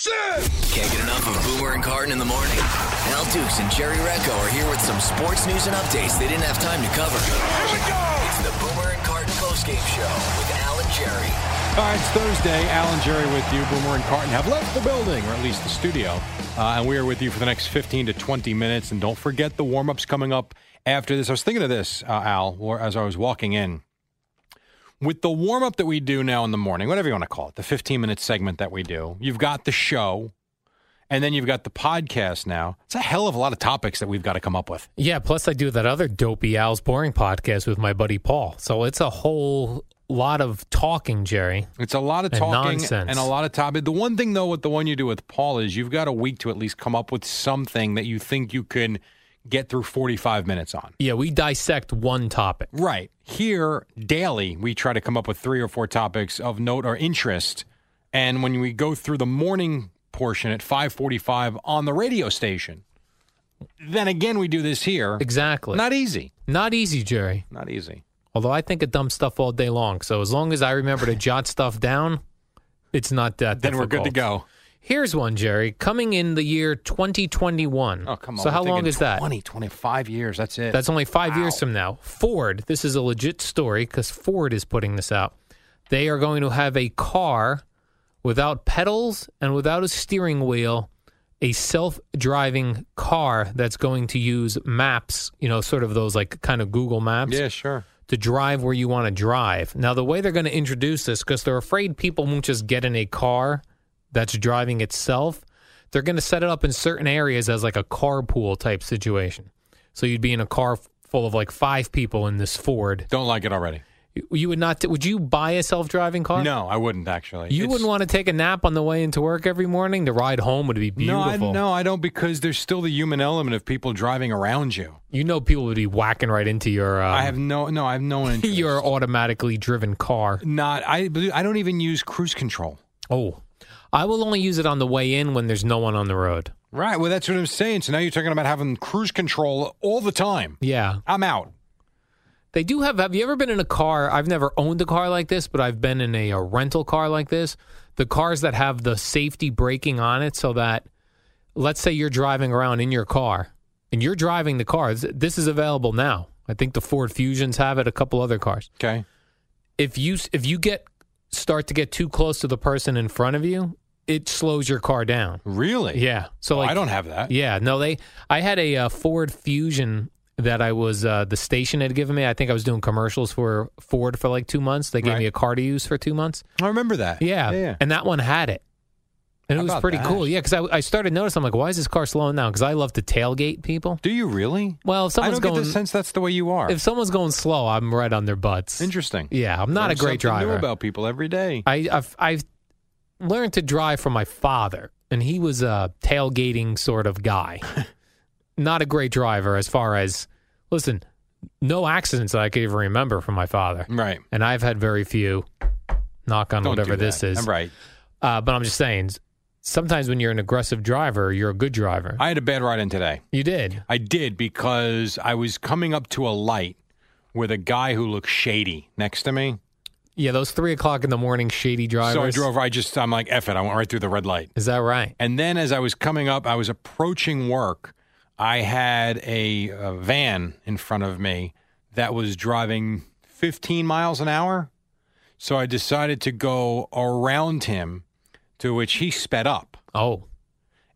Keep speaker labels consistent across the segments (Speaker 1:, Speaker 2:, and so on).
Speaker 1: Can't get enough of Boomer and Carton in the morning. Al Dukes and Jerry Recco are here with some sports news and updates they didn't have time to cover. Here we go! It's the Boomer and Carton postgame show with Al and Jerry.
Speaker 2: All right, it's Thursday. Alan Jerry with you. Boomer and Carton have left the building, or at least the studio. Uh, and we are with you for the next 15 to 20 minutes. And don't forget the warm ups coming up after this. I was thinking of this, uh, Al, or as I was walking in. With the warm up that we do now in the morning, whatever you want to call it, the 15 minute segment that we do, you've got the show, and then you've got the podcast now. It's a hell of a lot of topics that we've got to come up with.
Speaker 3: Yeah, plus I do that other dopey Al's boring podcast with my buddy Paul. So it's a whole lot of talking, Jerry.
Speaker 2: It's a lot of
Speaker 3: And
Speaker 2: talking
Speaker 3: nonsense.
Speaker 2: and a lot of topic. The one thing though with the one you do with Paul is you've got a week to at least come up with something that you think you can get through 45 minutes on.
Speaker 3: Yeah, we dissect one topic.
Speaker 2: Right. Here daily we try to come up with three or four topics of note or interest and when we go through the morning portion at 5:45 on the radio station then again we do this here.
Speaker 3: Exactly.
Speaker 2: Not easy.
Speaker 3: Not easy, Jerry.
Speaker 2: Not easy.
Speaker 3: Although I think of dumb stuff all day long. So as long as I remember to jot stuff down, it's not that
Speaker 2: Then we're good to
Speaker 3: difficult.
Speaker 2: go.
Speaker 3: Here's one, Jerry. Coming in the year 2021.
Speaker 2: Oh, come on.
Speaker 3: So
Speaker 2: we're
Speaker 3: how long
Speaker 2: thinking
Speaker 3: is that?
Speaker 2: 20, 25 years. That's it.
Speaker 3: That's only five years from now. Ford, this is a legit story because Ford is putting this out. They are going to have a car without pedals and without a steering wheel, a self driving car that's going to use maps, you know, sort of those like kind of Google Maps
Speaker 2: Yeah, sure.
Speaker 3: to drive where you want to drive. Now, the way they're going to introduce this, because they're afraid people won't just get in a car that's driving itself, they're going to set it up in certain areas as like a carpool type situation. So you'd be in a car f- full of like five people in this Ford.
Speaker 2: Don't like it already.
Speaker 3: You- You would not. T- would you buy a self-driving car?
Speaker 2: No, I wouldn't actually.
Speaker 3: You
Speaker 2: It's-
Speaker 3: wouldn't want to take a nap on the way into work every morning. The ride home would be
Speaker 2: No, I,
Speaker 3: beautiful.
Speaker 2: no, I don't because there's still the human element of people driving around you.
Speaker 3: You know, people would be whacking right into your. Um,
Speaker 2: I have no, no, I have no interest.
Speaker 3: your automatically driven car.
Speaker 2: not. I, I don't even use cruise control.
Speaker 3: Oh, I will only use it on the way in when there's no one on the road.
Speaker 2: Right. Well, that's what I'm saying. So now you're talking about having cruise control all the time.
Speaker 3: Yeah.
Speaker 2: I'm out.
Speaker 3: They do have. Have you ever been in a car? I've never owned a car like this, but I've been in a, a rental car like this. The cars that have the safety braking on it so that, let's say you're driving around in your car and you're driving the car. This- This is available now. I think the Ford Fusions have it, a couple other cars.
Speaker 2: Okay.
Speaker 3: If you s- if you get start to get too close to the person in front of you, it slows your car down.
Speaker 2: Really?
Speaker 3: Yeah. So
Speaker 2: Oh,
Speaker 3: like
Speaker 2: I don't have that.
Speaker 3: Yeah, no, they. I had a uh, Ford Fusion that I was uh, the station had given me. I think I was doing commercials for Ford for like two months. They gave
Speaker 2: Right.
Speaker 3: me a car to use for two months.
Speaker 2: I remember that.
Speaker 3: Yeah,
Speaker 2: Yeah.
Speaker 3: and that one had it, and
Speaker 2: How
Speaker 3: it was
Speaker 2: about
Speaker 3: pretty
Speaker 2: that?
Speaker 3: cool. Yeah, because I, I started noticing. I'm like, why is this car slowing down? Because I love to tailgate people.
Speaker 2: Do you really?
Speaker 3: Well, if
Speaker 2: I
Speaker 3: someone's
Speaker 2: don't
Speaker 3: going,
Speaker 2: get the sense that's the way you are.
Speaker 3: if someone's going slow, I'm right on their butts.
Speaker 2: Interesting.
Speaker 3: Yeah, I'm not
Speaker 2: Learn
Speaker 3: a great
Speaker 2: something New
Speaker 3: driver.
Speaker 2: about people every day.
Speaker 3: I, I've, I've learned to drive from my father, and he was a tailgating sort of guy. Not a great driver as far as, listen, no accidents that I could even remember from my father.
Speaker 2: right.
Speaker 3: And I've had very few, knock on
Speaker 2: Don't do
Speaker 3: whatever this
Speaker 2: that.
Speaker 3: is.
Speaker 2: Right.
Speaker 3: Uh, but I'm just saying, sometimes when you're an aggressive driver, you're a good driver.
Speaker 2: I had a bad ride in today.
Speaker 3: you did.
Speaker 2: I did because I was coming up to a light with a guy who looked shady next to me.
Speaker 3: Yeah, those three o'clock in the morning shady drivers.
Speaker 2: So I drove. I just I'm like, F it. I went right through the red light.
Speaker 3: Is that right?
Speaker 2: And then as I was coming up, I was approaching work. I had a, a van in front of me that was driving 15 miles an hour. So I decided to go around him, to which he sped up.
Speaker 3: Oh,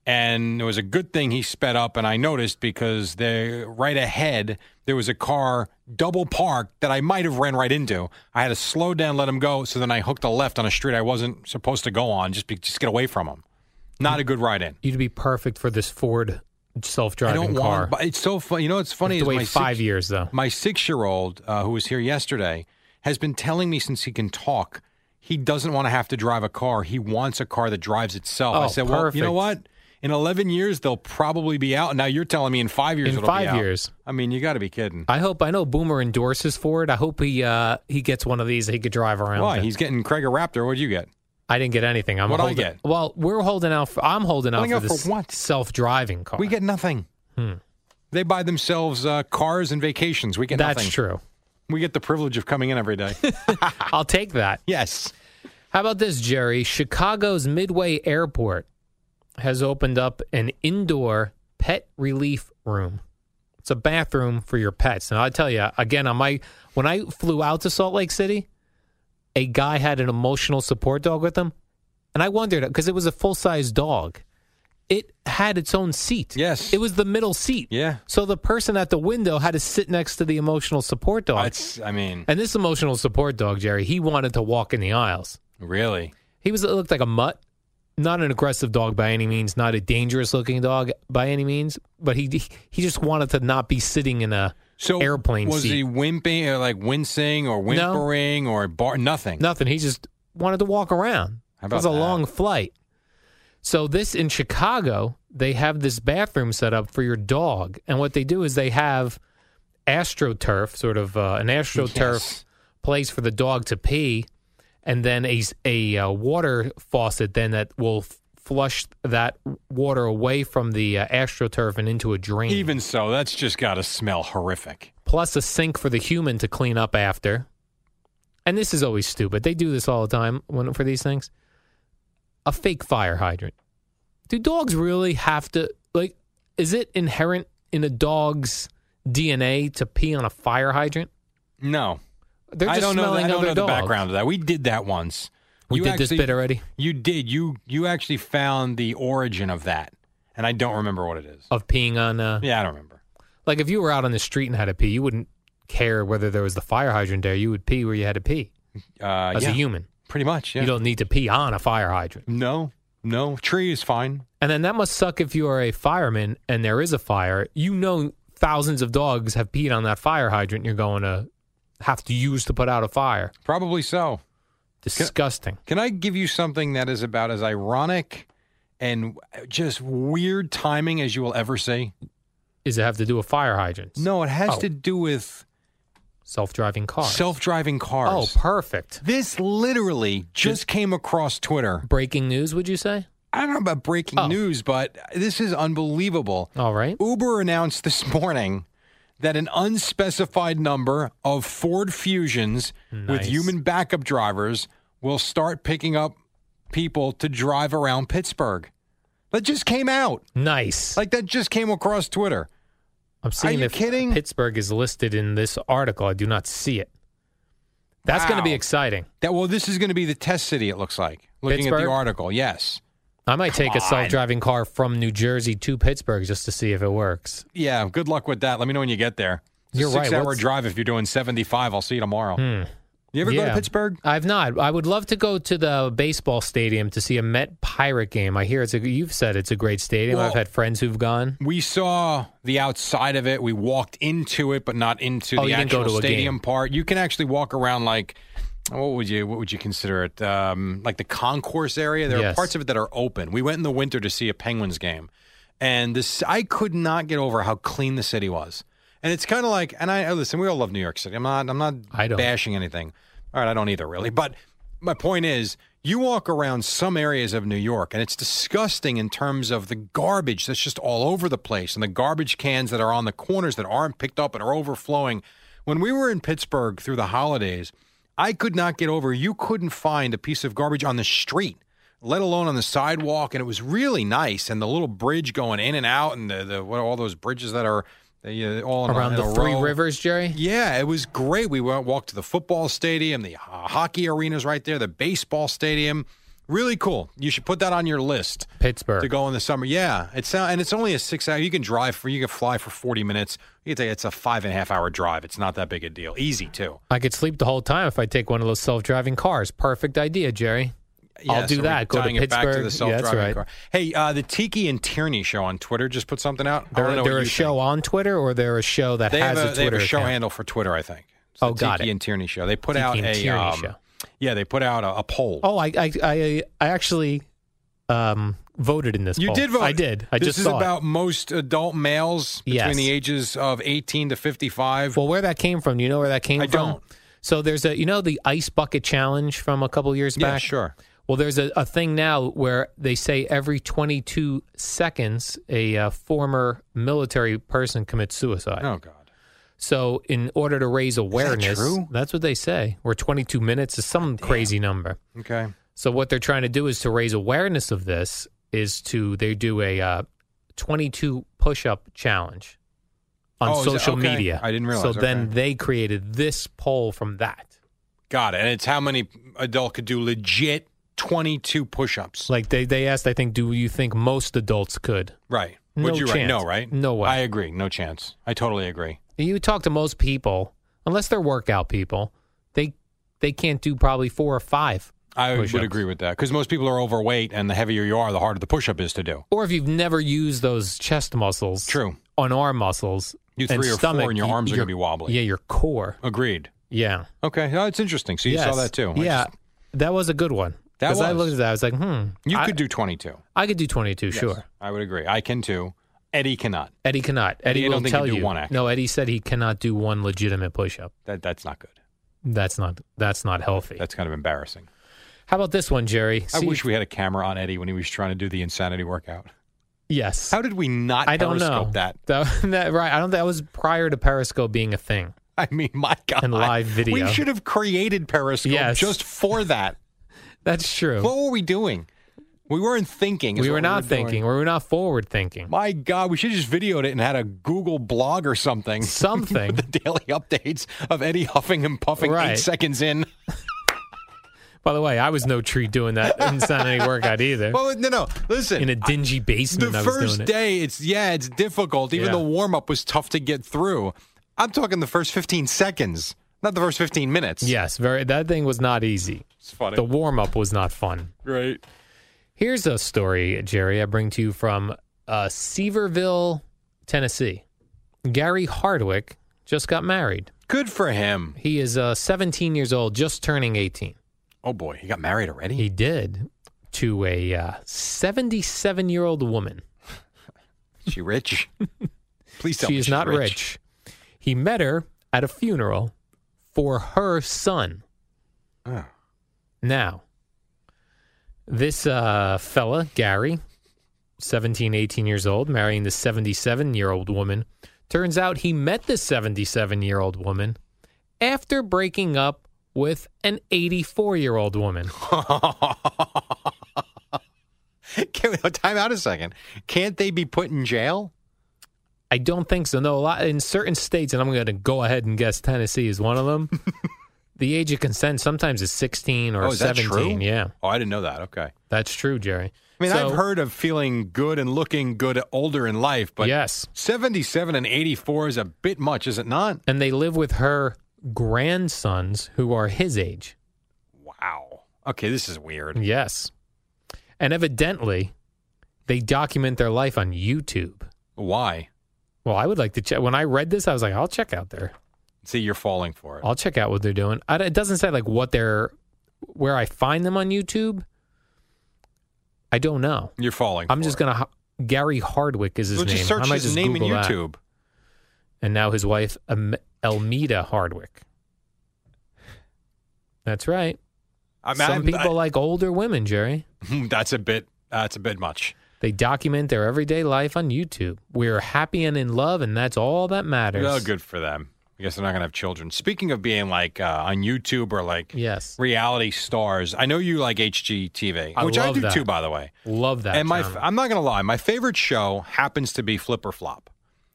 Speaker 2: And it was a good thing he sped up, and I noticed because they, right ahead there was a car double parked that I might have ran right into. I had to slow down, let him go. So then I hooked a left on a street I wasn't supposed to go on, just be, just get away from him. Not a good ride in.
Speaker 3: you'd be perfect for this Ford
Speaker 2: I
Speaker 3: self-driving
Speaker 2: don't
Speaker 3: car.
Speaker 2: want, but it's so funny. You know, it's
Speaker 3: You
Speaker 2: funny
Speaker 3: have
Speaker 2: is
Speaker 3: to
Speaker 2: my
Speaker 3: wait five
Speaker 2: six,
Speaker 3: years though.
Speaker 2: My six-year-old, uh, who was here yesterday, has been telling me since he can talk, he doesn't want to have to drive a car. He wants a car that drives itself. I
Speaker 3: Oh,
Speaker 2: said, well, you know
Speaker 3: perfect.
Speaker 2: what? In 11 years, they'll probably be out. Now you're telling me in five years
Speaker 3: In
Speaker 2: it'll be
Speaker 3: five
Speaker 2: out.
Speaker 3: years.
Speaker 2: I mean, you got to be kidding.
Speaker 3: I hope I know Boomer endorses Ford. I hope he uh, he gets one of these that he could drive around.
Speaker 2: Why?
Speaker 3: in.
Speaker 2: He's getting Craig a Raptor. What'd you get?
Speaker 3: I didn't get anything. I'm
Speaker 2: What'd I
Speaker 3: holding,
Speaker 2: get?
Speaker 3: Well, we're holding out. For, I'm holding out
Speaker 2: Holding
Speaker 3: for
Speaker 2: out for
Speaker 3: this
Speaker 2: what?
Speaker 3: self-driving car.
Speaker 2: We get nothing.
Speaker 3: Hmm.
Speaker 2: They buy themselves uh, cars and vacations. We get
Speaker 3: That's
Speaker 2: nothing.
Speaker 3: true.
Speaker 2: We get the privilege of coming in every day.
Speaker 3: I'll take that.
Speaker 2: yes.
Speaker 3: How about this, Jerry? Chicago's Midway Airport has opened up an indoor pet relief room. It's a bathroom for your pets. And I tell you, again, on my when I flew out to Salt Lake City, a guy had an emotional support dog with him, and I wondered because it was a full size dog. It had its own seat.
Speaker 2: Yes.
Speaker 3: it was the middle seat.
Speaker 2: Yeah.
Speaker 3: So the person at the window had to sit next to the emotional support dog.
Speaker 2: That's, I mean,
Speaker 3: and this emotional support dog, Jerry, he wanted to walk in the aisles.
Speaker 2: really.
Speaker 3: He was looked like a mutt. Not an aggressive dog by any means, not a dangerous looking dog by any means, but he he just wanted to not be sitting in a
Speaker 2: So
Speaker 3: airplane
Speaker 2: was
Speaker 3: seat.
Speaker 2: he wimping or like wincing or whimpering or bar nothing?
Speaker 3: Nothing. He just wanted to walk around.
Speaker 2: How
Speaker 3: it was a
Speaker 2: about that?
Speaker 3: long flight. So this in Chicago, they have this bathroom set up for your dog, and what they do is they have astroturf, sort of uh, an astroturf
Speaker 2: Yes.
Speaker 3: place for the dog to pee, and then a s- a, uh, water faucet then that will f- flush that water away from the uh, astroturf and into a drain.
Speaker 2: Even so, that's just got to smell horrific.
Speaker 3: plus a sink for the human to clean up after. And this is always stupid. They do this all the time when, for these things. A fake fire hydrant. Do dogs really have to like? Is it inherent in a dog's DNA to pee on a fire hydrant?
Speaker 2: No,
Speaker 3: They're just
Speaker 2: I don't know.
Speaker 3: smelling
Speaker 2: I don't
Speaker 3: other
Speaker 2: know the
Speaker 3: dogs.
Speaker 2: background of that. We did that once.
Speaker 3: We
Speaker 2: You
Speaker 3: did
Speaker 2: actually-
Speaker 3: this bit already
Speaker 2: You did. You you actually found the origin of that, and I don't remember what it is.
Speaker 3: of peeing on. Uh,
Speaker 2: Yeah, I don't remember.
Speaker 3: Like if you were out on the street and had to pee, you wouldn't care whether there was the fire hydrant there. You would pee where you had to pee
Speaker 2: Uh,
Speaker 3: as
Speaker 2: yeah,
Speaker 3: a human.
Speaker 2: pretty much. Yeah.
Speaker 3: You don't need to pee on a fire hydrant.
Speaker 2: no, no. Tree is fine.
Speaker 3: And then that must suck if you are a fireman and there is a fire. You know, thousands of dogs have peed on that fire hydrant you're going to have to use to put out a fire.
Speaker 2: Probably so.
Speaker 3: Disgusting.
Speaker 2: Can I give you something that is about as ironic and just weird timing as you will ever see?
Speaker 3: Is it have to do with fire hydrants?
Speaker 2: No, it has
Speaker 3: Oh.
Speaker 2: to do with
Speaker 3: Self driving cars.
Speaker 2: self driving
Speaker 3: Oh,
Speaker 2: cars.
Speaker 3: perfect.
Speaker 2: this literally just came across Twitter.
Speaker 3: Breaking news, would you say?
Speaker 2: I don't know about breaking
Speaker 3: Oh.
Speaker 2: news, but this is unbelievable.
Speaker 3: All right.
Speaker 2: Uber announced this morning that an unspecified number of Ford Fusions with
Speaker 3: Nice.
Speaker 2: human backup drivers will start picking up people to drive around Pittsburgh. That just came out.
Speaker 3: Nice.
Speaker 2: Like that just came across Twitter.
Speaker 3: I'm seeing
Speaker 2: you
Speaker 3: if
Speaker 2: kidding?
Speaker 3: Pittsburgh is listed in this article. I do not see it. That's going to be
Speaker 2: Wow.
Speaker 3: exciting.
Speaker 2: That well, this is going to be the test city. It looks like looking at
Speaker 3: Pittsburgh?
Speaker 2: the article. Yes,
Speaker 3: I might take a self driving car from New Jersey to Pittsburgh just to see if it works.
Speaker 2: yeah. Good luck with that. Let me know when you get there. It's
Speaker 3: You're
Speaker 2: a
Speaker 3: right.
Speaker 2: Six-hour
Speaker 3: What's- Hmm.
Speaker 2: drive if you're doing 75. I'll see you tomorrow. You ever go to
Speaker 3: Yeah.
Speaker 2: Pittsburgh?
Speaker 3: I've not. I would love to go to the baseball stadium to see a Met Pirate game. I hear it's a. You've said it's a great stadium.
Speaker 2: Well-
Speaker 3: I've had friends who've gone.
Speaker 2: We saw the outside of it. We walked into it, but not into
Speaker 3: Oh,
Speaker 2: the
Speaker 3: you didn't go
Speaker 2: actual
Speaker 3: to a
Speaker 2: stadium
Speaker 3: game.
Speaker 2: part. You can actually walk around like what would you what would you consider it? Um, like the concourse area. There are
Speaker 3: Yes.
Speaker 2: parts of it that are open. We went in the winter to see a Penguins game, and this I could not get over how clean the city was. And it's kind of like, and I listen. We all love New York City. I'm not. I'm not
Speaker 3: I don't.
Speaker 2: bashing anything. All right, I don't either really. But my point is, you walk around some areas of New York, and it's disgusting in terms of the garbage that's just all over the place, and the garbage cans that are on the corners that aren't picked up and are overflowing. When we were in Pittsburgh through the holidays, I could not get over. You couldn't find a piece of garbage on the street let alone on the sidewalk. And it was really nice. And the little bridge going in and out, and the, the what all those bridges that are they, uh, all in a-
Speaker 3: Around
Speaker 2: in
Speaker 3: the
Speaker 2: a
Speaker 3: Three
Speaker 2: row.
Speaker 3: Rivers, Jerry?
Speaker 2: Yeah, it was great. We went, walked to the football stadium, the uh, hockey arenas right there, the baseball stadium. Really cool. You should put that on your list
Speaker 3: Pittsburgh.
Speaker 2: to go in the summer. Yeah, it's and it's only a six hour. You can drive for you can fly for forty minutes. You can take it's a five and a half hour drive. It's not that big a deal. Easy too.
Speaker 3: I could sleep the whole time if I take one of those self driving cars. Perfect idea, Jerry. I'll
Speaker 2: Yeah,
Speaker 3: do
Speaker 2: so we're
Speaker 3: that. Go to
Speaker 2: tying it back to the
Speaker 3: Pittsburgh. Yeah, that's
Speaker 2: self-driving
Speaker 3: right.
Speaker 2: car. Hey, uh, the Tiki and Tierney show on Twitter just put something out. I wanna
Speaker 3: They're,
Speaker 2: know
Speaker 3: they're
Speaker 2: what
Speaker 3: a
Speaker 2: you
Speaker 3: show
Speaker 2: think.
Speaker 3: on Twitter or they're a show that
Speaker 2: They
Speaker 3: has
Speaker 2: have a,
Speaker 3: Twitter
Speaker 2: they have a show
Speaker 3: account?
Speaker 2: handle for Twitter, I think. It's
Speaker 3: Oh,
Speaker 2: the
Speaker 3: got
Speaker 2: Tiki
Speaker 3: it.
Speaker 2: and Tierney show. They put
Speaker 3: Tiki
Speaker 2: out
Speaker 3: and
Speaker 2: a
Speaker 3: Tierney
Speaker 2: um,
Speaker 3: show.
Speaker 2: Yeah, they put out a, a poll.
Speaker 3: Oh, I I I, I actually um, voted in this.
Speaker 2: you
Speaker 3: poll.
Speaker 2: did vote.
Speaker 3: I did. I
Speaker 2: this
Speaker 3: just
Speaker 2: is
Speaker 3: saw it.
Speaker 2: about most adult males between
Speaker 3: Yes.
Speaker 2: the ages of 18 to 55.
Speaker 3: Well, where that came from? Do you know where that came
Speaker 2: I
Speaker 3: from?
Speaker 2: don't.
Speaker 3: So there's a you know the ice bucket challenge from a couple years
Speaker 2: yeah,
Speaker 3: back.
Speaker 2: sure.
Speaker 3: Well, there's a, a thing now where they say every 22 seconds a uh, former military person commits suicide.
Speaker 2: Oh God.
Speaker 3: So in order to raise awareness,
Speaker 2: true?
Speaker 3: that's what they say. Or 22 minutes is some crazy number.
Speaker 2: Okay.
Speaker 3: So what they're trying to do is to raise awareness of this is to they do a uh, 22 push-up challenge on
Speaker 2: Oh, is it-
Speaker 3: social
Speaker 2: okay.
Speaker 3: media.
Speaker 2: I didn't realize,
Speaker 3: So then
Speaker 2: okay.
Speaker 3: they created this poll from that.
Speaker 2: Got it. And it's how many adult could do legit 22 push-ups.
Speaker 3: Like they they asked, I think, do you think most adults could?
Speaker 2: right.
Speaker 3: No
Speaker 2: Would you write
Speaker 3: chance.
Speaker 2: no, right?
Speaker 3: No way.
Speaker 2: I agree. No chance. I totally agree.
Speaker 3: You talk to most people, unless they're workout people, they they can't do probably four or five.
Speaker 2: I would
Speaker 3: Push-ups.
Speaker 2: agree with that because most people are overweight, and the heavier you are, the harder the push-up is to do.
Speaker 3: Or if you've never used those chest muscles,
Speaker 2: True.
Speaker 3: on arm muscles,
Speaker 2: You
Speaker 3: and
Speaker 2: three or four
Speaker 3: stomach,
Speaker 2: and your
Speaker 3: y-
Speaker 2: arms are
Speaker 3: your-
Speaker 2: gonna be wobbly.
Speaker 3: Yeah, your core.
Speaker 2: Agreed.
Speaker 3: Yeah.
Speaker 2: Okay, no, it's interesting. So you
Speaker 3: Yes.
Speaker 2: saw that too. I
Speaker 3: Yeah,
Speaker 2: just-
Speaker 3: that was a good one.
Speaker 2: That
Speaker 3: Because I
Speaker 2: was.
Speaker 3: looked at that, I was like, hmm.
Speaker 2: you
Speaker 3: I,
Speaker 2: could do 22.
Speaker 3: I could do 22,
Speaker 2: Yes,
Speaker 3: sure.
Speaker 2: I would agree. I can too. Eddie cannot.
Speaker 3: Eddie cannot.
Speaker 2: Eddie,
Speaker 3: Eddie
Speaker 2: I
Speaker 3: will
Speaker 2: don't think
Speaker 3: tell
Speaker 2: you do
Speaker 3: you.
Speaker 2: one act.
Speaker 3: No, Eddie said he cannot do one legitimate push-up.
Speaker 2: That that's not good.
Speaker 3: That's not. That's not healthy.
Speaker 2: That's kind of embarrassing.
Speaker 3: How about this one, Jerry?
Speaker 2: I
Speaker 3: See
Speaker 2: wish
Speaker 3: if-
Speaker 2: we had a camera on Eddie when he was trying to do the insanity workout.
Speaker 3: Yes.
Speaker 2: How did we not
Speaker 3: I don't know
Speaker 2: periscope that?
Speaker 3: that. that- Right. I don't. That was prior to Periscope being a thing.
Speaker 2: I mean, my God.
Speaker 3: And live video.
Speaker 2: We should have created Periscope
Speaker 3: Yes.
Speaker 2: just for that.
Speaker 3: That's true.
Speaker 2: What were we doing? We weren't thinking. is
Speaker 3: we
Speaker 2: what
Speaker 3: were not
Speaker 2: doing.
Speaker 3: thinking. We were not forward thinking.
Speaker 2: My God, we should have just videoed it and had a Google blog or something.
Speaker 3: Something.
Speaker 2: the daily updates of Eddie huffing and puffing eight
Speaker 3: Right.
Speaker 2: seconds in.
Speaker 3: By the way, I was no tree doing that insanity workout either.
Speaker 2: Well, no, no. Listen,
Speaker 3: In a dingy basement,
Speaker 2: the
Speaker 3: I was doing
Speaker 2: first
Speaker 3: it.
Speaker 2: day, it's yeah, it's difficult. Even
Speaker 3: Yeah.
Speaker 2: the warm up was tough to get through. I'm talking the first 15 seconds, not the first 15 minutes.
Speaker 3: Yes, very. That thing was not easy.
Speaker 2: it's funny.
Speaker 3: The warm up was not fun.
Speaker 2: right.
Speaker 3: Here's a story, Jerry. I bring to you from uh, Seaverville, Tennessee. Gary Hardwick just got married.
Speaker 2: Good for him.
Speaker 3: He is uh, 17 years old, just turning 18.
Speaker 2: Oh boy, he got married already.
Speaker 3: He did to a uh, 77 year old woman.
Speaker 2: Is she rich? Please tell
Speaker 3: she
Speaker 2: me
Speaker 3: is
Speaker 2: she's
Speaker 3: not rich. He met her at a funeral for her son.
Speaker 2: Oh.
Speaker 3: Now, this uh, fella, Gary, 17, 18 years old, marrying this 77 year old woman, turns out he met this 77 year old woman after breaking up with an 84 year old woman.
Speaker 2: Can, time out a second. Can't they be put in jail?
Speaker 3: I don't think so. No, a lot in certain states, and I'm going to go ahead and guess Tennessee is one of them. the age of consent sometimes is 16 or
Speaker 2: oh, is that
Speaker 3: 17.
Speaker 2: true?
Speaker 3: Yeah,
Speaker 2: Oh, I didn't know that. Okay.
Speaker 3: that's true, Jerry.
Speaker 2: I mean,
Speaker 3: So,
Speaker 2: I've heard of feeling good and looking good older in life, but
Speaker 3: yes,
Speaker 2: 77 and 84 is a bit much, is it not?
Speaker 3: and they live with her grandsons who are his age.
Speaker 2: Wow. Okay, this is weird.
Speaker 3: Yes, and evidently, they document their life on YouTube.
Speaker 2: Why?
Speaker 3: Well, I would like to check. When I read this, I was like, I'll check out there.
Speaker 2: See, you're falling for it.
Speaker 3: I'll check out what they're doing. I, it doesn't say like what they're, where I find them on YouTube. I don't know.
Speaker 2: You're falling.
Speaker 3: I'm
Speaker 2: for
Speaker 3: just
Speaker 2: it.
Speaker 3: gonna. h- Gary Hardwick is his
Speaker 2: Well,
Speaker 3: name.
Speaker 2: just
Speaker 3: I
Speaker 2: search
Speaker 3: might
Speaker 2: his
Speaker 3: just
Speaker 2: name
Speaker 3: Google
Speaker 2: in
Speaker 3: that.
Speaker 2: YouTube.
Speaker 3: And now his wife, Am- Elmida Hardwick. That's right.
Speaker 2: I mean,
Speaker 3: Some
Speaker 2: I'm-
Speaker 3: people like older women, Jerry.
Speaker 2: I- that's a bit. That's a bit much.
Speaker 3: They document their everyday life on YouTube. We're happy and in love, and that's all that matters.
Speaker 2: Well, good for them. I guess they're not gonna have children. Speaking of being like uh, on YouTube or like
Speaker 3: Yes,
Speaker 2: reality stars, I know you like HGTV,
Speaker 3: I
Speaker 2: which I
Speaker 3: love
Speaker 2: do
Speaker 3: that.
Speaker 2: too, by the way.
Speaker 3: love that.
Speaker 2: and my,
Speaker 3: channel.
Speaker 2: I'm not gonna lie, my favorite show happens to be Flip or Flop.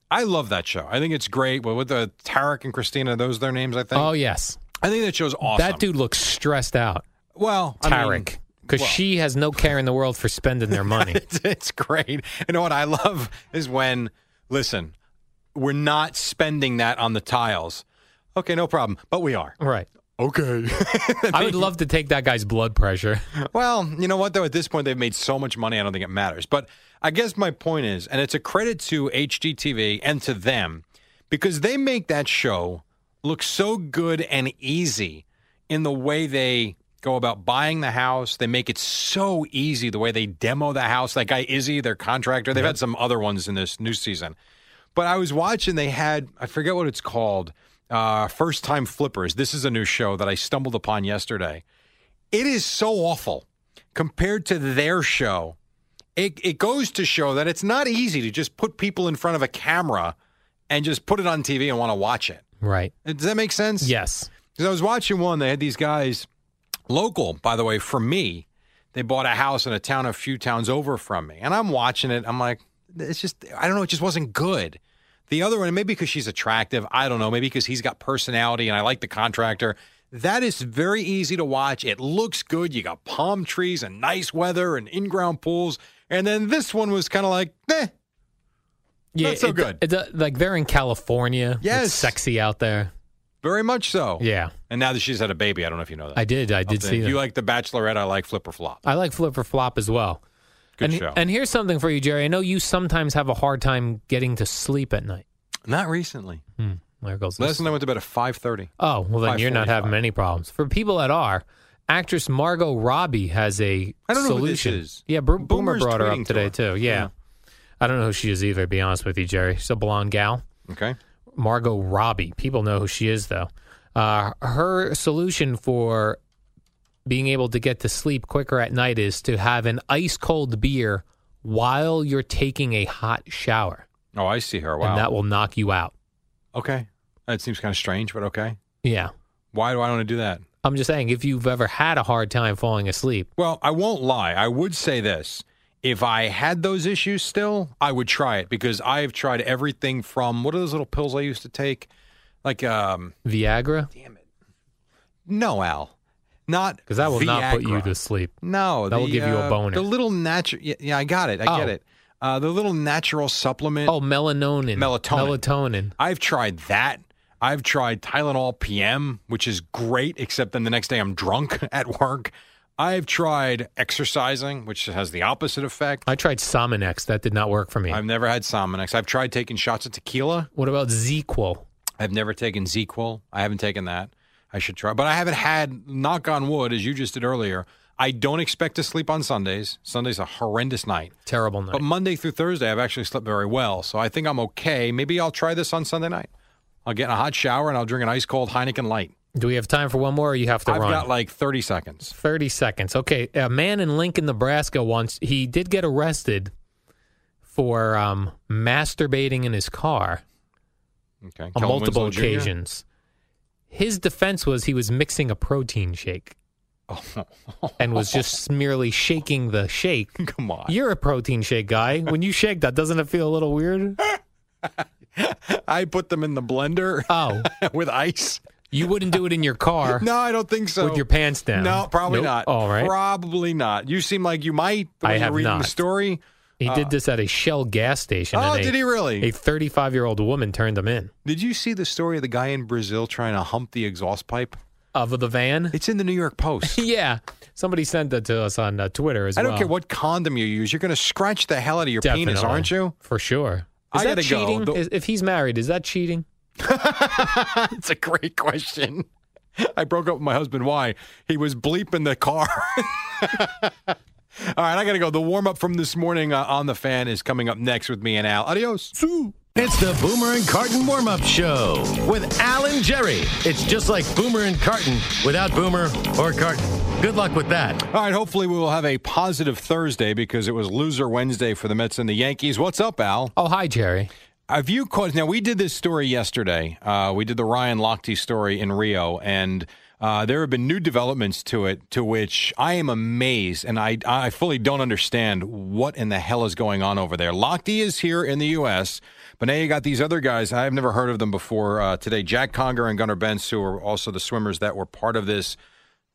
Speaker 2: I love that show. I think it's great. What with the Tarek and Christina, are those their names? I think.
Speaker 3: oh yes,
Speaker 2: I think that show's awesome.
Speaker 3: that dude looks stressed out,
Speaker 2: Well, I mean,
Speaker 3: Tarek, because
Speaker 2: well.
Speaker 3: she has no care in the world for spending their money.
Speaker 2: it's, it's great. You know what I love is when, listen, we're not spending that on the tiles. Okay, no problem. But we are.
Speaker 3: right.
Speaker 2: Okay.
Speaker 3: I would love to take that guy's blood pressure.
Speaker 2: well, you know what, though? At this point, they've made so much money, I don't think it matters. But I guess my point is, and it's a credit to HGTV and to them because they make that show look so good and easy. in the way they go about buying the house. They make it so easy the way they demo the house. That guy Izzy, their contractor. They've had some other ones in this new season. But I was watching. They had I forget what it's called. Uh, First time flippers. This is a new show that I stumbled upon yesterday. It is so awful compared to their show. It it goes to show that it's not easy to just put people in front of a camera and just put it on TV and want to watch it.
Speaker 3: Right.
Speaker 2: Does that make sense?
Speaker 3: Yes.
Speaker 2: Because I was watching one, they had these guys, local, by the way, from me. They bought a house in a town a few towns over from me. And I'm watching it. I'm like, it's just, I don't know, it just wasn't good. The other one, maybe because she's attractive. I don't know. Maybe because he's got personality and I like the contractor. That is very easy to watch. It looks good. You got palm trees and nice weather and in ground pools. And then this one was kind of like, eh,
Speaker 3: Yeah.
Speaker 2: Not so
Speaker 3: it-
Speaker 2: good.
Speaker 3: it- uh, like they're in California.
Speaker 2: Yes.
Speaker 3: It's sexy out there.
Speaker 2: very much so.
Speaker 3: Yeah.
Speaker 2: And now that she's had a baby, I don't know if you know that.
Speaker 3: I did. I did see
Speaker 2: You
Speaker 3: that.
Speaker 2: like The Bachelorette. I like Flip or Flop.
Speaker 3: I like Flip or Flop as well.
Speaker 2: Good
Speaker 3: and,
Speaker 2: show.
Speaker 3: and here's something for you, Jerry. I know you sometimes have a hard time getting to sleep at night.
Speaker 2: Not recently.
Speaker 3: Hmm. There goes this.
Speaker 2: Last night I went to bed at five thirty.
Speaker 3: Oh, well, then you're not having
Speaker 2: 5:45.
Speaker 3: any problems. For people that are, actress Margot Robbie has a
Speaker 2: I don't know who this
Speaker 3: solution.
Speaker 2: is.
Speaker 3: Yeah, Bro- Boomer
Speaker 2: Boomer's
Speaker 3: brought her
Speaker 2: tweeting
Speaker 3: up
Speaker 2: to
Speaker 3: today,
Speaker 2: her.
Speaker 3: too. Yeah. I don't know who she is either, to be honest with you, Jerry. She's a blonde gal.
Speaker 2: Okay.
Speaker 3: Margot Robbie. People know who she is, though. Uh, her solution for being able to get to sleep quicker at night is to have an ice cold beer while you're taking a hot shower,
Speaker 2: Oh, I see her. Wow.
Speaker 3: and that will knock you out.
Speaker 2: okay. That seems kind of strange, but okay.
Speaker 3: Yeah,
Speaker 2: Why do I want to do that?
Speaker 3: I'm just saying if you've ever had a hard time falling asleep,
Speaker 2: Well, I won't lie. I would say this. If I had those issues still, I would try it because I've tried everything from what are those little pills I used to take? Like, um,
Speaker 3: Viagra,
Speaker 2: no, Al, not
Speaker 3: because that will not put you
Speaker 2: Viagra.
Speaker 3: to sleep.
Speaker 2: No,
Speaker 3: That will
Speaker 2: the,
Speaker 3: give you a
Speaker 2: uh,
Speaker 3: boner.
Speaker 2: The little natural, yeah, yeah, I got it. I
Speaker 3: Oh.
Speaker 2: get it. Uh, the little natural supplement.
Speaker 3: Oh, melanonin,
Speaker 2: Melatonin.
Speaker 3: melatonin.
Speaker 2: I've tried that. I've tried Tylenol PM, which is great, except then the next day I'm drunk at work. I've tried exercising, which has the opposite effect.
Speaker 3: I tried Somanex. That did not work for me.
Speaker 2: I've never had Somnix. I've tried taking shots of tequila.
Speaker 3: what about ZQL?
Speaker 2: I've never taken ZQL. I haven't taken that. I should try, but I haven't had. Knock on wood, as you just did earlier. I don't expect to sleep on Sundays. Sunday's a horrendous night.
Speaker 3: Terrible night.
Speaker 2: But Monday through Thursday, I've actually slept very well. So I think I'm okay. Maybe I'll try this on Sunday night. I'll get in a hot shower and I'll drink an ice cold Heineken Light.
Speaker 3: Do we have time for one more or you have to
Speaker 2: I've
Speaker 3: run?
Speaker 2: got like 30 seconds.
Speaker 3: 30 seconds. Okay. A man in Lincoln, Nebraska once, he did get arrested for um, masturbating in his car
Speaker 2: Okay.
Speaker 3: on
Speaker 2: Kelvin
Speaker 3: multiple
Speaker 2: Winslow Jr.?
Speaker 3: occasions. His defense was he was mixing a protein shake
Speaker 2: Oh.
Speaker 3: and was just merely shaking the shake.
Speaker 2: Come on.
Speaker 3: You're a protein shake guy. When you shake that, doesn't it feel a little weird?
Speaker 2: I put them in the blender
Speaker 3: Oh,
Speaker 2: with ice.
Speaker 3: you wouldn't do it in your car
Speaker 2: No, I don't think so.
Speaker 3: with your pants down.
Speaker 2: No, probably
Speaker 3: Nope.
Speaker 2: not.
Speaker 3: All right.
Speaker 2: Probably not. You seem like you might. The
Speaker 3: I
Speaker 2: way
Speaker 3: have
Speaker 2: you're reading
Speaker 3: not.
Speaker 2: the story.
Speaker 3: he did this at a Shell gas station.
Speaker 2: Oh,
Speaker 3: and a-
Speaker 2: did he really?
Speaker 3: A 35 year old woman turned him in.
Speaker 2: Did you see the story of the guy in Brazil trying to hump the exhaust pipe?
Speaker 3: Of the van?
Speaker 2: It's in the New York Post.
Speaker 3: yeah. Somebody sent that to us on uh, Twitter as
Speaker 2: I
Speaker 3: well.
Speaker 2: don't care what condom you use. You're going to scratch the hell out of your
Speaker 3: Definitely.
Speaker 2: penis, aren't you?
Speaker 3: For sure. Is
Speaker 2: I
Speaker 3: that
Speaker 2: gotta go.
Speaker 3: cheating?
Speaker 2: The-
Speaker 3: Is- if he's married, is that cheating?
Speaker 2: That's a great question. I broke up with my husband. Why? He was bleeping the car. All right, I got to go. The warm up from this morning uh, on the fan is coming up next with me and Al. Adios.
Speaker 4: It's the Boomer and Carton warm up show with Al and Jerry. It's just like Boomer and Carton without Boomer or Carton. Good luck with that.
Speaker 2: All right, hopefully we will have a positive Thursday because it was loser Wednesday for the Mets and the Yankees. What's up, Al?
Speaker 3: Oh, hi, Jerry.
Speaker 2: Have you caused? Now we did this story yesterday. Uh, we did the Ryan Lochte story in Rio, and uh, there have been new developments to it, to which I am amazed, and I I fully don't understand what in the hell is going on over there. Lochte is here in the U.S., but now you got these other guys. I've never heard of them before uh, today. Jack Conger and Gunnar Benz, who are also the swimmers that were part of this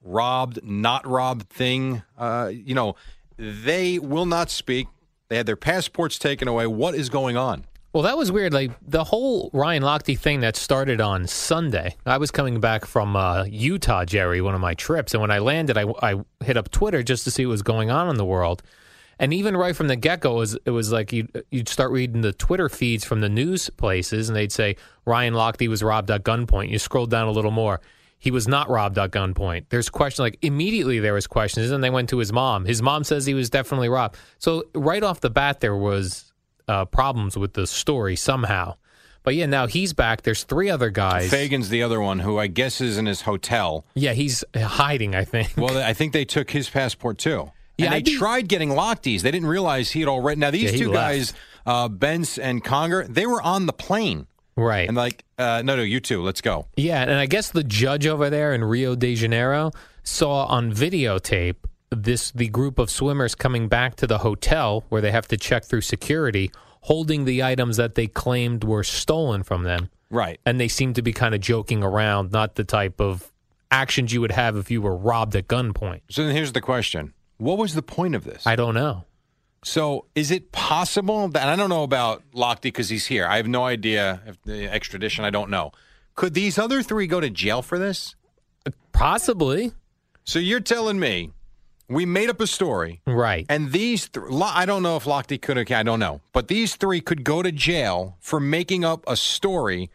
Speaker 2: robbed, not robbed thing. Uh, you know, they will not speak. They had their passports taken away. What is going on?
Speaker 3: Well, that was weird. Like the whole Ryan Lochte thing that started on Sunday. I was coming back from uh, Utah, Jerry, one of my trips, and when I landed, I, I hit up Twitter just to see what was going on in the world. And even right from the get go, it was, it was like you'd, you'd start reading the Twitter feeds from the news places, and they'd say Ryan Lochte was robbed at gunpoint. You scroll down a little more. He was not robbed at gunpoint. There's question like immediately there was questions, and they went to his mom. His mom says he was definitely robbed. So right off the bat, there was uh, problems with the story somehow. But yeah, now he's back. There's three other guys.
Speaker 2: Fagan's the other one who I guess is in his hotel.
Speaker 3: Yeah, he's hiding. I think.
Speaker 2: Well, I think they took his passport too.
Speaker 3: Yeah,
Speaker 2: and they
Speaker 3: I'd be-
Speaker 2: tried getting Lochties. They didn't realize he had already. Now these
Speaker 3: Yeah, he
Speaker 2: two
Speaker 3: left.
Speaker 2: guys, uh, Bence and Conger, they were on the plane
Speaker 3: right.
Speaker 2: and like, uh, no, no, you two, let's go.
Speaker 3: Yeah, and I guess the judge over there in Rio de Janeiro saw on videotape this the group of swimmers coming back to the hotel where they have to check through security holding the items that they claimed were stolen from them
Speaker 2: Right.
Speaker 3: and they seemed to be kind of joking around not the type of actions you would have if you were robbed at gunpoint.
Speaker 2: So then here's the question: What was the point of this?
Speaker 3: I don't know.
Speaker 2: So, is it possible that and I don't know about Lochte because he's here? I have no idea if the extradition. I don't know. Could these other three go to jail for this?
Speaker 3: Possibly.
Speaker 2: So you're telling me we made up a story,
Speaker 3: Right.
Speaker 2: and these th- Lo- I don't know if Lochte could. Okay, I don't know, but these three could go to jail for making up a story,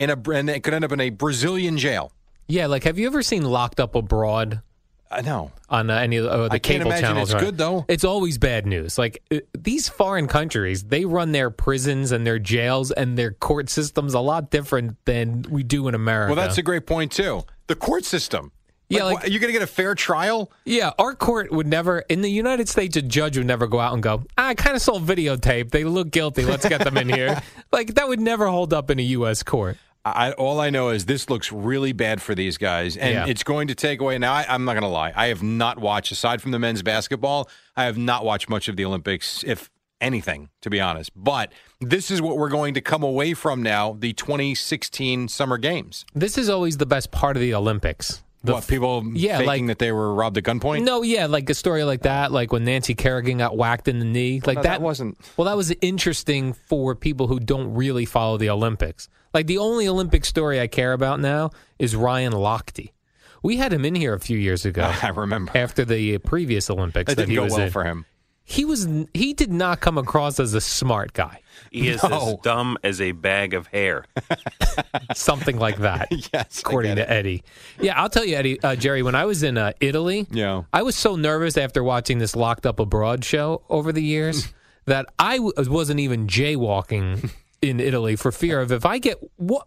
Speaker 2: in a and it could end up in a Brazilian jail.
Speaker 3: Yeah, like have you ever seen Locked Up Abroad?
Speaker 2: I know.
Speaker 3: on uh, any of the- uh, the
Speaker 2: I can't
Speaker 3: cable
Speaker 2: imagine
Speaker 3: channels.
Speaker 2: it's
Speaker 3: right?
Speaker 2: good, though.
Speaker 3: It's always bad news. Like uh, these foreign countries, they run their prisons and their jails and their court systems a lot different than we do in America.
Speaker 2: Well, that's a great point too. The court system.
Speaker 3: Yeah,
Speaker 2: Like,
Speaker 3: like-
Speaker 2: wh- you're gonna get a fair trial.
Speaker 3: yeah. Our court would never in the United States a judge would never go out and go, "I kind of saw videotape. They look guilty. Let's get them in here." like that would never hold up in a U.S. court.
Speaker 2: I, all I know is this looks really bad for these guys, and
Speaker 3: Yeah.
Speaker 2: it's going to take away. Now, I, I'm not going to lie; I have not watched, aside from the men's basketball, I have not watched much of the Olympics, if anything, to be honest. But this is what we're going to come away from now: the 2016 Summer Games.
Speaker 3: This is always the best part of the Olympics. The
Speaker 2: what people
Speaker 3: yeah,
Speaker 2: faking that
Speaker 3: like-
Speaker 2: they were robbed at gunpoint?
Speaker 3: No, yeah, like a story like that, like when Nancy Kerrigan got whacked in the knee, like
Speaker 2: No, that
Speaker 3: that,
Speaker 2: wasn't-
Speaker 3: Well, that was interesting for people who don't really follow the Olympics. Like the only Olympic story I care about now is Ryan Lochte. We had him in here a few years ago
Speaker 2: I remember
Speaker 3: after the previous Olympics
Speaker 2: that
Speaker 3: that,
Speaker 2: didn't
Speaker 3: he
Speaker 2: go
Speaker 3: was
Speaker 2: well
Speaker 3: in.
Speaker 2: for him.
Speaker 3: He was he did not come across as a smart guy,
Speaker 5: He is as
Speaker 2: No.
Speaker 5: dumb as a bag of hair.
Speaker 3: something like that.
Speaker 2: Yes,
Speaker 3: according to Eddie. Yeah, I'll tell you, Eddie, uh, Jerry. When I was in uh, Italy,
Speaker 2: Yeah.
Speaker 3: I was so nervous after watching this Locked Up Abroad show over the years that I w- wasn't even jaywalking in Italy for fear of if I get what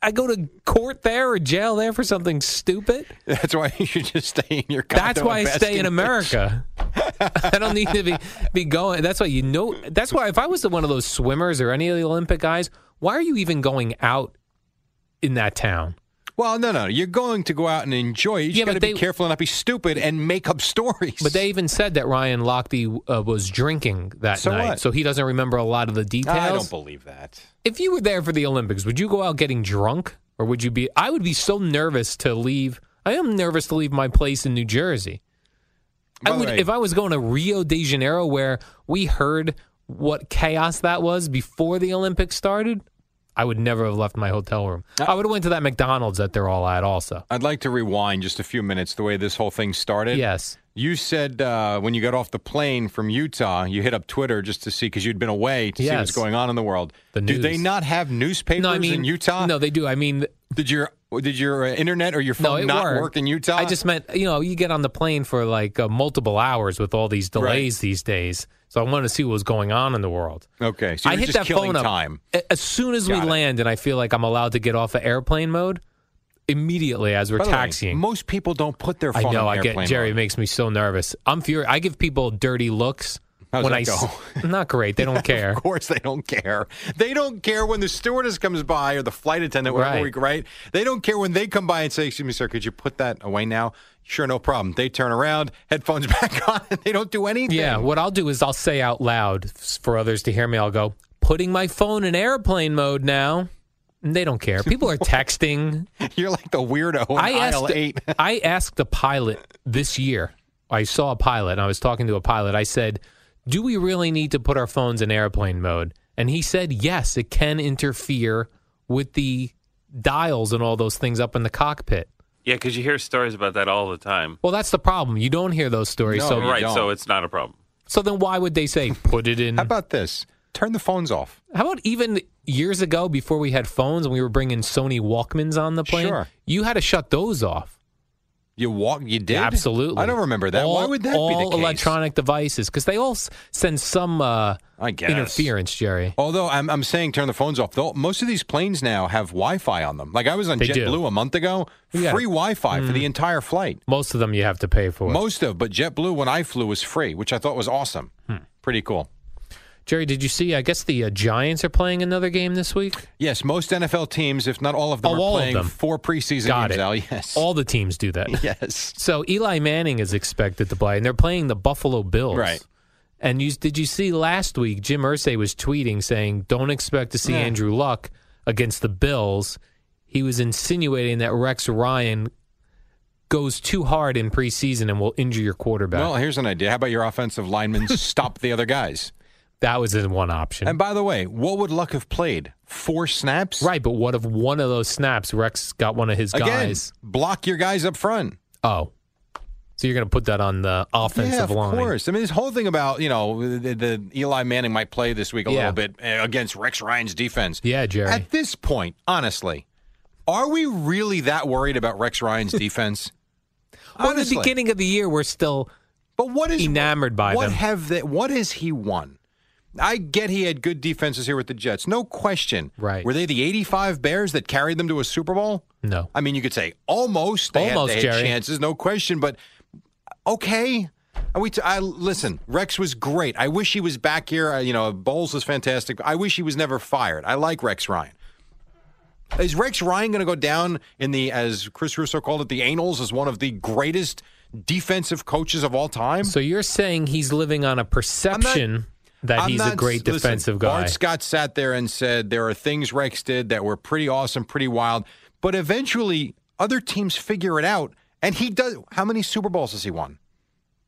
Speaker 3: I go to court there or jail there for something stupid.
Speaker 2: That's why you should just stay in your.
Speaker 3: That's
Speaker 2: condo
Speaker 3: why I
Speaker 2: and bask
Speaker 3: stay in America. I don't need to be, be going. That's why you know. That's why if I was one of those swimmers or any of the Olympic guys, why are you even going out in that town?
Speaker 2: Well, no, no, you're going to go out and enjoy. You just
Speaker 3: Yeah, but
Speaker 2: got to be
Speaker 3: they-
Speaker 2: careful and not be stupid and make up stories.
Speaker 3: But they even said that Ryan Lochte uh, was drinking that
Speaker 2: So
Speaker 3: night,
Speaker 2: what?
Speaker 3: so he doesn't remember a lot of the details.
Speaker 2: I don't believe that.
Speaker 3: if you were there for the Olympics, would you go out getting drunk, or would you be? I would be so nervous to leave. I am nervous to leave my place in New Jersey.
Speaker 2: By
Speaker 3: I
Speaker 2: the
Speaker 3: would
Speaker 2: way-
Speaker 3: if I was going to Rio de Janeiro, where we heard what chaos that was before the Olympics started. I would never have left my hotel room.
Speaker 2: Uh
Speaker 3: I would have went to that McDonald's that they're all at. Also,
Speaker 2: I'd like to rewind just a few minutes the way this whole thing started.
Speaker 3: yes,
Speaker 2: You said uh, when you got off the plane from Utah, you hit up Twitter just to see because you'd been away to see what's
Speaker 3: Yes.
Speaker 2: going on in the world.
Speaker 3: The
Speaker 2: Do they
Speaker 3: news.
Speaker 2: not have newspapers
Speaker 3: no, I mean
Speaker 2: in Utah?
Speaker 3: No, they do. I mean,
Speaker 2: Did your did your uh, internet or your phone not work in Utah?
Speaker 3: I just meant, you know, you get on the plane for like uh, multiple hours with all these delays these days. So I wanted to see what was going on in the world.
Speaker 2: okay. So you
Speaker 3: I
Speaker 2: were
Speaker 3: hit
Speaker 2: just
Speaker 3: that
Speaker 2: killing
Speaker 3: phone up
Speaker 2: time.
Speaker 3: A- as soon as
Speaker 2: Got
Speaker 3: we
Speaker 2: it.
Speaker 3: land, and I feel like I'm allowed to get off of airplane mode immediately as we're
Speaker 2: By the way,
Speaker 3: taxiing.
Speaker 2: most people don't put their
Speaker 3: I
Speaker 2: phone. in
Speaker 3: know. I get
Speaker 2: airplane
Speaker 3: Jerry. It
Speaker 2: mode.
Speaker 3: makes me so nervous. I'm furious. I give people dirty looks
Speaker 2: How's
Speaker 3: when
Speaker 2: that
Speaker 3: I s-
Speaker 2: go?
Speaker 3: not great. They don't care.
Speaker 2: Of course, they don't care. They don't care when the stewardess comes by or the flight attendant, whatever
Speaker 3: Right.
Speaker 2: we right. They don't care when they come by and say, "Excuse me, sir, could you put that away now?" Sure, no problem. They turn around, headphones back on, and they don't do anything.
Speaker 3: Yeah, what I'll do is I'll say out loud s- for others to hear me. I'll go, putting my phone in airplane mode now. And they don't care. People are texting.
Speaker 2: You're like the weirdo in
Speaker 3: I
Speaker 2: aisle
Speaker 3: asked,
Speaker 2: eight.
Speaker 3: I asked the pilot this year. I saw a pilot and I was talking to a pilot. I said, Do we really need to put our phones in airplane mode? And he said, Yes, it can interfere with the dials and all those things up in the cockpit.
Speaker 5: Yeah, because you hear stories about that all the time.
Speaker 3: Well, that's the problem. You don't hear those stories.
Speaker 2: No,
Speaker 3: so,
Speaker 2: You
Speaker 5: Right, so
Speaker 2: don't.
Speaker 5: it's not a problem.
Speaker 3: so then why would they say, Put it in?
Speaker 2: How about this? Turn the phones off.
Speaker 3: How about even years ago before we had phones and we were bringing Sony Walkmans on the plane.
Speaker 2: Sure.
Speaker 3: You had to shut those off.
Speaker 2: You walk. You did
Speaker 3: Absolutely.
Speaker 2: I don't remember that. Why
Speaker 3: All-
Speaker 2: would that be the
Speaker 3: all
Speaker 2: case?
Speaker 3: electronic devices because they all s- send some uh,
Speaker 2: I guess.
Speaker 3: interference, Jerry.
Speaker 2: Although I'm, I'm saying turn the phones off. Though most of these planes now have Wi-Fi on them. Like I was on
Speaker 3: They do.
Speaker 2: JetBlue a month ago,
Speaker 3: Yeah.
Speaker 2: free Wi-Fi for the
Speaker 3: Mm.
Speaker 2: entire flight.
Speaker 3: Most of them you have to pay for.
Speaker 2: Most of, but JetBlue when I flew was free, which I thought was awesome.
Speaker 3: Hmm.
Speaker 2: Pretty cool.
Speaker 3: Jerry, did you see? I guess the uh, Giants are playing another game this week.
Speaker 2: Yes, most NFL teams, if not all of them,
Speaker 3: Oh,
Speaker 2: are
Speaker 3: all of
Speaker 2: playing
Speaker 3: them.
Speaker 2: four preseason
Speaker 3: Got
Speaker 2: games.
Speaker 3: it.
Speaker 2: Al. Yes,
Speaker 3: All the teams do that.
Speaker 2: yes.
Speaker 3: So Eli Manning is expected to play, and they're playing the Buffalo Bills.
Speaker 2: Right.
Speaker 3: And you did you see last week? Jim Irsay was tweeting saying, "Don't expect to see
Speaker 2: Yeah.
Speaker 3: Andrew Luck against the Bills." He was insinuating that Rex Ryan goes too hard in preseason and will injure your quarterback.
Speaker 2: Well, here's an idea. How about your offensive linemen stop the other guys?
Speaker 3: that was his one option,
Speaker 2: And by the way, what would Luck have played? Four snaps?
Speaker 3: right? But what if one of those snaps Rex got one of his
Speaker 2: Again,
Speaker 3: guys?
Speaker 2: block your guys up front.
Speaker 3: Oh, so you're going to put that on the offensive
Speaker 2: yeah, of
Speaker 3: line?
Speaker 2: course. I mean, this whole thing about, you know, the, the Eli Manning might play this week a
Speaker 3: Yeah.
Speaker 2: little bit uh, against Rex Ryan's defense.
Speaker 3: Yeah, Jerry.
Speaker 2: At this point, honestly, are we really that worried about Rex Ryan's defense?
Speaker 3: Well, in the
Speaker 2: Honestly.
Speaker 3: beginning of the year, we're still
Speaker 2: But what is
Speaker 3: Enamored by
Speaker 2: what
Speaker 3: them.
Speaker 2: have they, what has he won? I get he had good defenses here with the Jets, no question.
Speaker 3: Right.
Speaker 2: Were they the '85 Bears that carried them to a Super Bowl?
Speaker 3: no.
Speaker 2: I mean, you could say almost. They had-
Speaker 3: Almost,
Speaker 2: they had
Speaker 3: Jerry.
Speaker 2: chances, no question. But okay, Are we. T- I listen. Rex was great. I wish he was back here. Uh, you know, Bowles was fantastic. I wish he was never fired. I like Rex Ryan. Is Rex Ryan going to go down in the, as Chris Russo called it, the anals as one of the greatest defensive coaches of all time?
Speaker 3: So you're saying he's living on a perception that
Speaker 2: I'm
Speaker 3: he's a
Speaker 2: not-
Speaker 3: great
Speaker 2: listen,
Speaker 3: defensive guy.
Speaker 2: Bart Scott sat there and said there are things Rex did that were pretty awesome, pretty wild, but eventually other teams figure it out, and he does. How many Super Bowls has he won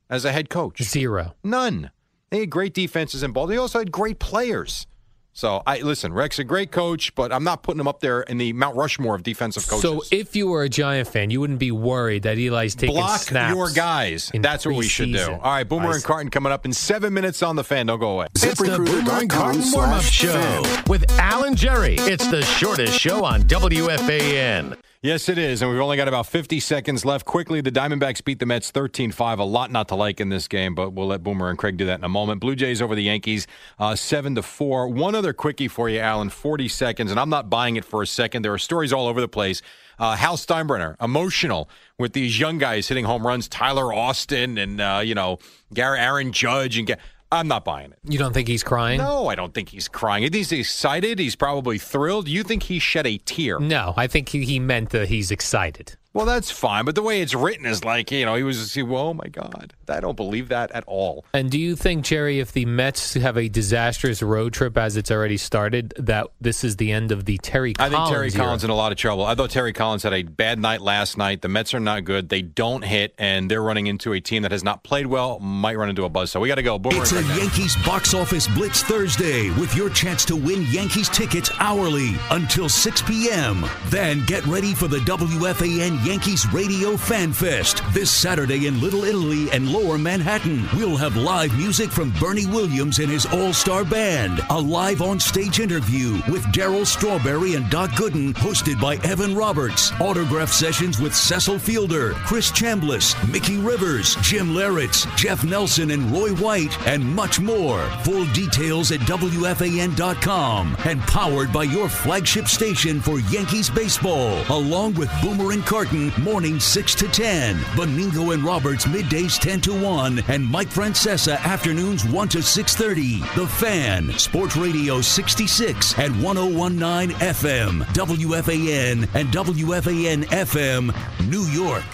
Speaker 2: as a head coach?
Speaker 3: Zero.
Speaker 2: None. They had great defenses in Baltimore. They also had great players. So I listen. Rex a great coach, but I'm not putting him up there in the Mount Rushmore of defensive coaches.
Speaker 3: So if you were a Giant fan, you wouldn't be worried that Eli's taking
Speaker 2: block
Speaker 3: snaps.
Speaker 2: your guys.
Speaker 3: in
Speaker 2: That's what we should do.
Speaker 3: preseason.
Speaker 2: All right,
Speaker 3: I
Speaker 2: Boomer and
Speaker 3: see.
Speaker 2: Carton coming up in seven minutes on the fan. Don't go away.
Speaker 4: It's the Boomer and Carton Warm Up Show with Alan Jerry. It's the shortest show on WFAN.
Speaker 2: Yes, it is. And we've only got about 50 seconds left. Quickly, the Diamondbacks beat the Mets 13 5. A lot not to like in this game, but we'll let Boomer and Craig do that in a moment. Blue Jays over the Yankees 7 to 4. One other quickie for you, Alan 40 seconds. And I'm not buying it for a second. There are stories all over the place. Uh, Hal Steinbrenner, emotional with these young guys hitting home runs, Tyler Austin and, uh, you know, Gary Aaron Judge. and Ga- I'm not buying it.
Speaker 3: You don't think he's crying?
Speaker 2: No, I don't think he's crying. He's excited. He's probably thrilled. You think he shed a tear?
Speaker 3: No, I think he, he meant that he's excited.
Speaker 2: Well, that's fine, but the way it's written is like you know he was just, oh my god, I don't believe that at all.
Speaker 3: And do you think, Jerry, if the Mets have a disastrous road trip as it's already started, that this is the end of the Terry
Speaker 2: I
Speaker 3: Collins?
Speaker 2: think Terry
Speaker 3: era?
Speaker 2: Collins in a lot of trouble. I thought Terry Collins had a bad night last night. The Mets are not good. They don't hit, and they're running into a team that has not played well. Might run into a buzz. So we got to go. Boomer
Speaker 6: It's a
Speaker 2: and Craig now.
Speaker 6: Yankees box office blitz Thursday with your chance to win Yankees tickets hourly until 6 p.m. Then get ready for the WFAN Yankees Radio Fan Fest this Saturday in Little Italy and Lower Manhattan. We'll have live music from Bernie Williams and his All Star Band, a live on stage interview with Daryl Strawberry and Doc Gooden, hosted by Evan Roberts, autograph sessions with Cecil Fielder, Chris Chambliss, Mickey Rivers, Jim Laritz, Jeff Nelson, and Roy White, and much more. Full details at WFAN.com and powered by your flagship station for Yankees baseball, along with Boomer and Carton, morning 6 to 10, Domingo and Roberts, middays 10 to 1, and Mike Francesa, afternoons 1 to 6.30. The Fan, Sports Radio 66 at 1019 FM, WFAN, and WFAN FM, New York.